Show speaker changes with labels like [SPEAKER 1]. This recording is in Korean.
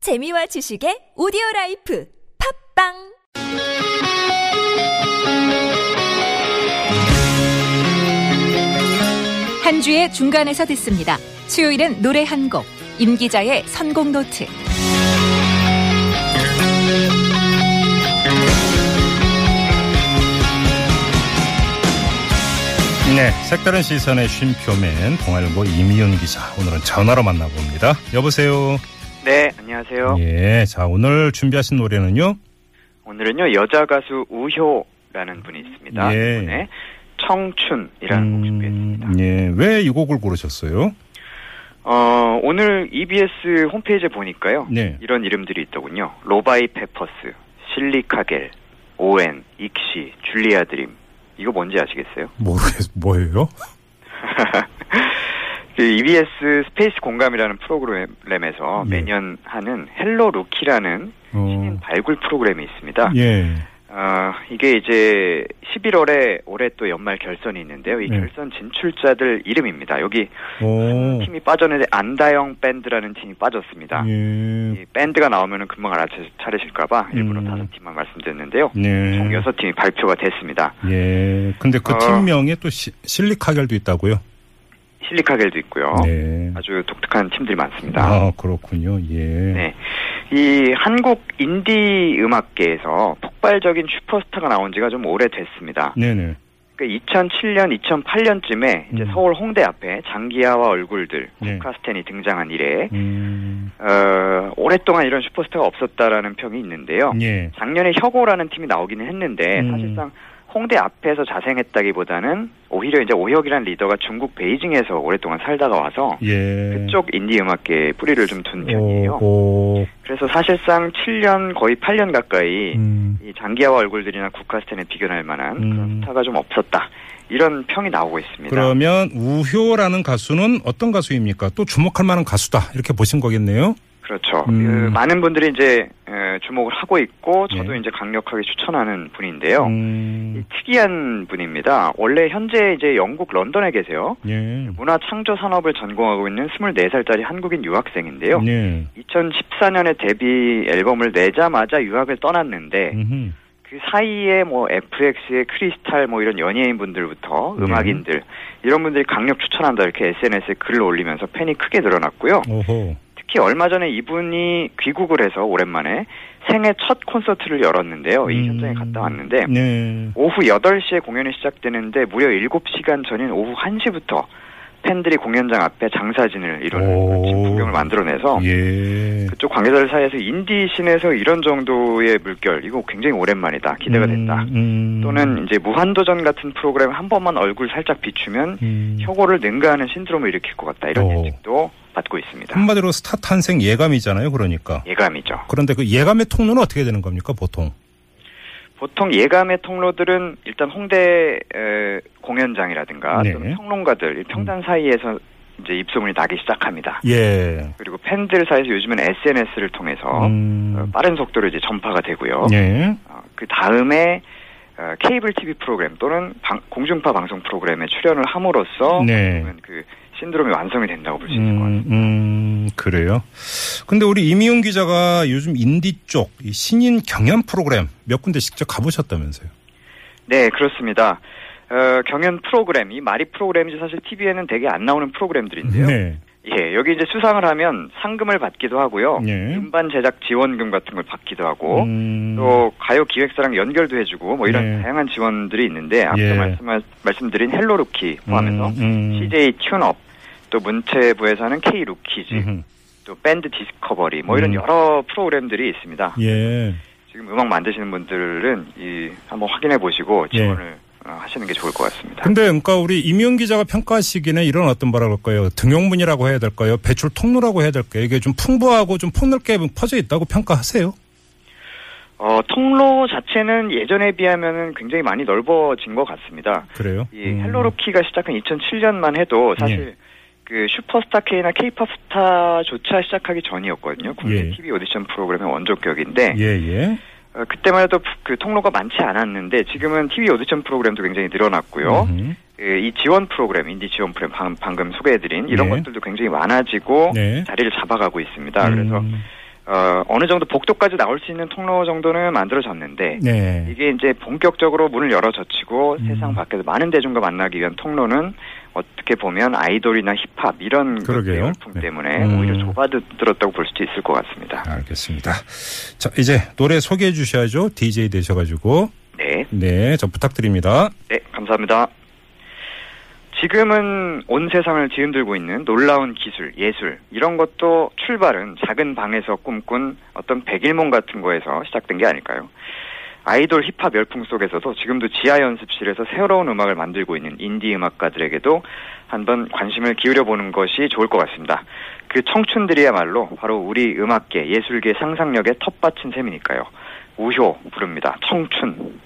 [SPEAKER 1] 재미와 지식의 오디오 라이프 팝빵
[SPEAKER 2] 한 주의 중간에서 듣습니다. 수요일은 노래 한 곡, 임 기자의 선곡 노트.
[SPEAKER 3] 네, 색다른 시선의 쉼표맨 동아일보 이미윤 기자 오늘은 전화로 만나봅니다. 여보세요.
[SPEAKER 4] 네, 안녕하세요.
[SPEAKER 3] 예, 자 오늘 준비하신 노래는요.
[SPEAKER 4] 오늘은요 여자 가수 우효라는 분이 있습니다.
[SPEAKER 3] 예.
[SPEAKER 4] 이분의 청춘이라는 곡 예, 준비했습니다.
[SPEAKER 3] 음, 예, 왜 이 곡을 고르셨어요?
[SPEAKER 4] 어, 오늘 EBS 홈페이지에 보니까요
[SPEAKER 3] 네.
[SPEAKER 4] 이런 이름들이 있더군요. 로바이 페퍼스, 실리카겔, 오엔, 익시, 줄리아 드림. 이거 뭔지 아시겠어요?
[SPEAKER 3] 모르겠 뭐예요?
[SPEAKER 4] 그 EBS 스페이스 공감이라는 프로그램에서
[SPEAKER 3] 예.
[SPEAKER 4] 매년 하는 헬로 루키라는 신인
[SPEAKER 3] 어,
[SPEAKER 4] 발굴 프로그램이 있습니다.
[SPEAKER 3] 예,
[SPEAKER 4] 아, 이게 이제 11월에 올해 또 연말 결선이 있는데요. 이
[SPEAKER 3] 네.
[SPEAKER 4] 결선 진출자들 이름입니다. 여기
[SPEAKER 3] 오,
[SPEAKER 4] 팀이 빠졌는데 안다영 밴드라는 팀이 빠졌습니다.
[SPEAKER 3] 예,
[SPEAKER 4] 이 밴드가 나오면은 금방 알아차리실까봐 일부러
[SPEAKER 3] 음.
[SPEAKER 4] 다섯 팀만 말씀드렸는데요. 총
[SPEAKER 3] 예,
[SPEAKER 4] 여섯 팀이 발표가 됐습니다.
[SPEAKER 3] 예. 근데 그
[SPEAKER 4] 어.
[SPEAKER 3] 팀명에 또 시- 실리카겔도 있다고요?
[SPEAKER 4] 실리카겔도 있고요.
[SPEAKER 3] 네.
[SPEAKER 4] 아주 독특한 팀들이 많습니다.
[SPEAKER 3] 아 그렇군요. 예.
[SPEAKER 4] 네. 이 한국 인디 음악계에서 폭발적인 슈퍼스타가 나온 지가 좀 오래됐습니다.
[SPEAKER 3] 네네.
[SPEAKER 4] 그 2007년, 2008년쯤에 이제
[SPEAKER 3] 음.
[SPEAKER 4] 서울 홍대 앞에 장기하와 얼굴들,
[SPEAKER 3] 네.
[SPEAKER 4] 후카스텐이 등장한 이래
[SPEAKER 3] 음,
[SPEAKER 4] 어, 오랫동안 이런 슈퍼스타가 없었다라는 평이 있는데요.
[SPEAKER 3] 예.
[SPEAKER 4] 작년에 혁오라는 팀이 나오기는 했는데
[SPEAKER 3] 음.
[SPEAKER 4] 사실상 홍대 앞에서 자생했다기보다는 오히려 이제 오혁이란 리더가 중국 베이징에서 오랫동안 살다가 와서
[SPEAKER 3] 예.
[SPEAKER 4] 그쪽 인디 음악계에 뿌리를 좀 둔 편이에요.
[SPEAKER 3] 오, 오.
[SPEAKER 4] 그래서 사실상 7년 거의 8년 가까이
[SPEAKER 3] 음.
[SPEAKER 4] 이 장기하와 얼굴들이나 국카스텐에 비교할 만한
[SPEAKER 3] 음.
[SPEAKER 4] 그런 스타가 좀 없었다. 이런 평이 나오고 있습니다.
[SPEAKER 3] 그러면 우효라는 가수는 어떤 가수입니까? 또 주목할 만한 가수다 이렇게 보신 거겠네요.
[SPEAKER 4] 그렇죠.
[SPEAKER 3] 음.
[SPEAKER 4] 그 많은 분들이 이제 에, 주목을 하고 있고 저도
[SPEAKER 3] 네.
[SPEAKER 4] 이제 강력하게 추천하는 분인데요. 이
[SPEAKER 3] 음,
[SPEAKER 4] 특이한 분입니다. 원래 현재 이제 영국 런던에 계세요.
[SPEAKER 3] 예.
[SPEAKER 4] 문화 창조 산업을 전공하고 있는 24살짜리 한국인 유학생인데요.
[SPEAKER 3] 예.
[SPEAKER 4] 2014년에 데뷔 앨범을 내자마자 유학을 떠났는데
[SPEAKER 3] 음흠.
[SPEAKER 4] 그 사이에 뭐 FX의 크리스탈 뭐 이런 연예인 분들부터
[SPEAKER 3] 네.
[SPEAKER 4] 음악인들 이런 분들이 강력 추천한다 이렇게 SNS에 글을 올리면서 팬이 크게 늘어났고요.
[SPEAKER 3] 오호.
[SPEAKER 4] 특히 얼마 전에 이분이 귀국을 해서 오랜만에 생애 첫 콘서트를 열었는데요. 어, 이
[SPEAKER 3] 음.
[SPEAKER 4] 현장에 갔다 왔는데
[SPEAKER 3] 네.
[SPEAKER 4] 오후 8시에 공연이 시작되는데 무려 7시간 전인 오후 1시부터 팬들이 공연장 앞에 장사진을
[SPEAKER 3] 오.
[SPEAKER 4] 이루는 그런 풍경을 만들어내서
[SPEAKER 3] 예.
[SPEAKER 4] 그쪽 관계자들 사이에서 인디 씬에서 이런 정도의 물결 이거 굉장히 오랜만이다 기대가 된다
[SPEAKER 3] 음, 음.
[SPEAKER 4] 또는 이제 무한도전 같은 프로그램 한 번만 얼굴 살짝 비추면
[SPEAKER 3] 음. 어.
[SPEAKER 4] 혁오를 능가하는 신드롬을 일으킬 것 같다 이런
[SPEAKER 3] 오.
[SPEAKER 4] 예측도 받고 있습니다.
[SPEAKER 3] 한마디로 스타 탄생 예감이잖아요, 그러니까.
[SPEAKER 4] 예감이죠.
[SPEAKER 3] 그런데 그 예감의 통로는 어떻게 되는 겁니까, 보통?
[SPEAKER 4] 보통 예감의 통로들은 일단 홍대 에, 공연장이라든가
[SPEAKER 3] 네. 음.
[SPEAKER 4] 또는 평론가들 이 평단 사이에서 이제 입소문이 나기 시작합니다.
[SPEAKER 3] 예.
[SPEAKER 4] 그리고 팬들 사이에서 요즘은 SNS를 통해서
[SPEAKER 3] 음.
[SPEAKER 4] 어, 빠른 속도로 이제 전파가 되고요.
[SPEAKER 3] 예.
[SPEAKER 4] 어, 그 다음에 어, 케이블 TV 프로그램 또는 방- 공중파 방송 프로그램에 출연을 함으로써
[SPEAKER 3] 네.
[SPEAKER 4] 그러면 그 신드롬이 완성이 된다고 볼 수 있을 것 같아요.
[SPEAKER 3] 음, 음, 그래요. 근데 우리 이미용 기자가 요즘 인디 쪽이 신인 경연 프로그램 몇 군데 직접 가보셨다면서요?
[SPEAKER 4] 네, 그렇습니다. 어, 경연 프로그램, 이 말이 프로그램이지 사실 TV에는 되게 안 나오는 프로그램들인데요.
[SPEAKER 3] 네.
[SPEAKER 4] 예, 여기 이제 수상을 하면 상금을 받기도 하고요.
[SPEAKER 3] 네.
[SPEAKER 4] 음반 제작 지원금 같은 걸 받기도 하고,
[SPEAKER 3] 음,
[SPEAKER 4] 또 가요 기획사랑 연결도 해주고, 뭐 이런
[SPEAKER 3] 네.
[SPEAKER 4] 다양한 지원들이 있는데, 앞서
[SPEAKER 3] 예.
[SPEAKER 4] 말씀, 말씀드린 헬로루키 포함해서
[SPEAKER 3] 음, 음.
[SPEAKER 4] 그 CJ 튠업, 또 문체부에서는 K루키즈,
[SPEAKER 3] 음흠.
[SPEAKER 4] 또 밴드 디스커버리, 뭐 이런
[SPEAKER 3] 음.
[SPEAKER 4] 여러 프로그램들이 있습니다. 네.
[SPEAKER 3] 예.
[SPEAKER 4] 지금 음악 만드시는 분들은 이 한번 확인해 보시고 지원을 어, 하시는 게 좋을 것
[SPEAKER 3] 예.
[SPEAKER 4] 같습니다.
[SPEAKER 3] 근데 그러니까 우리 이미용 기자가 평가하시기는 이런 어떤 뭐라 그럴까요? 등용문이라고 해야 될까요? 배출 통로라고 해야 될까요? 이게 좀 풍부하고 좀 폭넓게 퍼져 있다고 평가하세요?
[SPEAKER 4] 어, 통로 자체는 예전에 비하면 굉장히 많이 넓어진 것 같습니다.
[SPEAKER 3] 그래요?
[SPEAKER 4] 이 예, 헬로로키가 시작한 2007년만 해도 사실
[SPEAKER 3] 예.
[SPEAKER 4] 그 슈퍼스타 K나 K-팝 스타조차 시작하기 전이었거든요. 국내
[SPEAKER 3] 예.
[SPEAKER 4] TV 오디션 프로그램의 원조격인데
[SPEAKER 3] 예, 예.
[SPEAKER 4] 어, 그때만 해도 그 통로가 많지 않았는데 지금은 TV 오디션 프로그램도 굉장히 늘어났고요.
[SPEAKER 3] 음흠.
[SPEAKER 4] 그 이 지원 프로그램, 인디 지원 프로그램 방, 방금 소개해드린 이런
[SPEAKER 3] 네.
[SPEAKER 4] 것들도 굉장히 많아지고
[SPEAKER 3] 네.
[SPEAKER 4] 어? 자리를 잡아가고 있습니다. 그래서
[SPEAKER 3] 음,
[SPEAKER 4] 어, 어느 정도 복도까지 나올 수 있는 통로 정도는 만들어졌는데
[SPEAKER 3] 네.
[SPEAKER 4] 이게 이제 본격적으로 문을 열어 젖히고
[SPEAKER 3] 음.
[SPEAKER 4] 세상 밖에서 많은 대중과 만나기 위한 통로는 어떻게 보면 아이돌이나 힙합 이런 그
[SPEAKER 3] 그러게요.
[SPEAKER 4] 열풍
[SPEAKER 3] 네.
[SPEAKER 4] 때문에
[SPEAKER 3] 음. 아.
[SPEAKER 4] 오히려 좁아들었다고 볼 수도 있을 것 같습니다.
[SPEAKER 3] 알겠습니다. 자, 이제 노래 소개해 주셔야죠. DJ 되셔가지고.
[SPEAKER 4] 네.
[SPEAKER 3] 네, 저 부탁드립니다.
[SPEAKER 4] 네, 감사합니다. 지금은 온 세상을 뒤흔들고 있는 놀라운 기술, 예술, 이런 것도 출발은 작은 방에서 꿈꾼 어떤 백일몽 같은 거에서 시작된 게 아닐까요? 아이돌 힙합 열풍 속에서도 지금도 지하 연습실에서 새로운 음악을 만들고 있는 인디 음악가들에게도 한번 관심을 기울여 보는 것이 좋을 것 같습니다. 그 청춘들이야말로 바로 우리 음악계, 예술계 상상력에 텃밭인 셈이니까요. 우효 부릅니다. 청춘.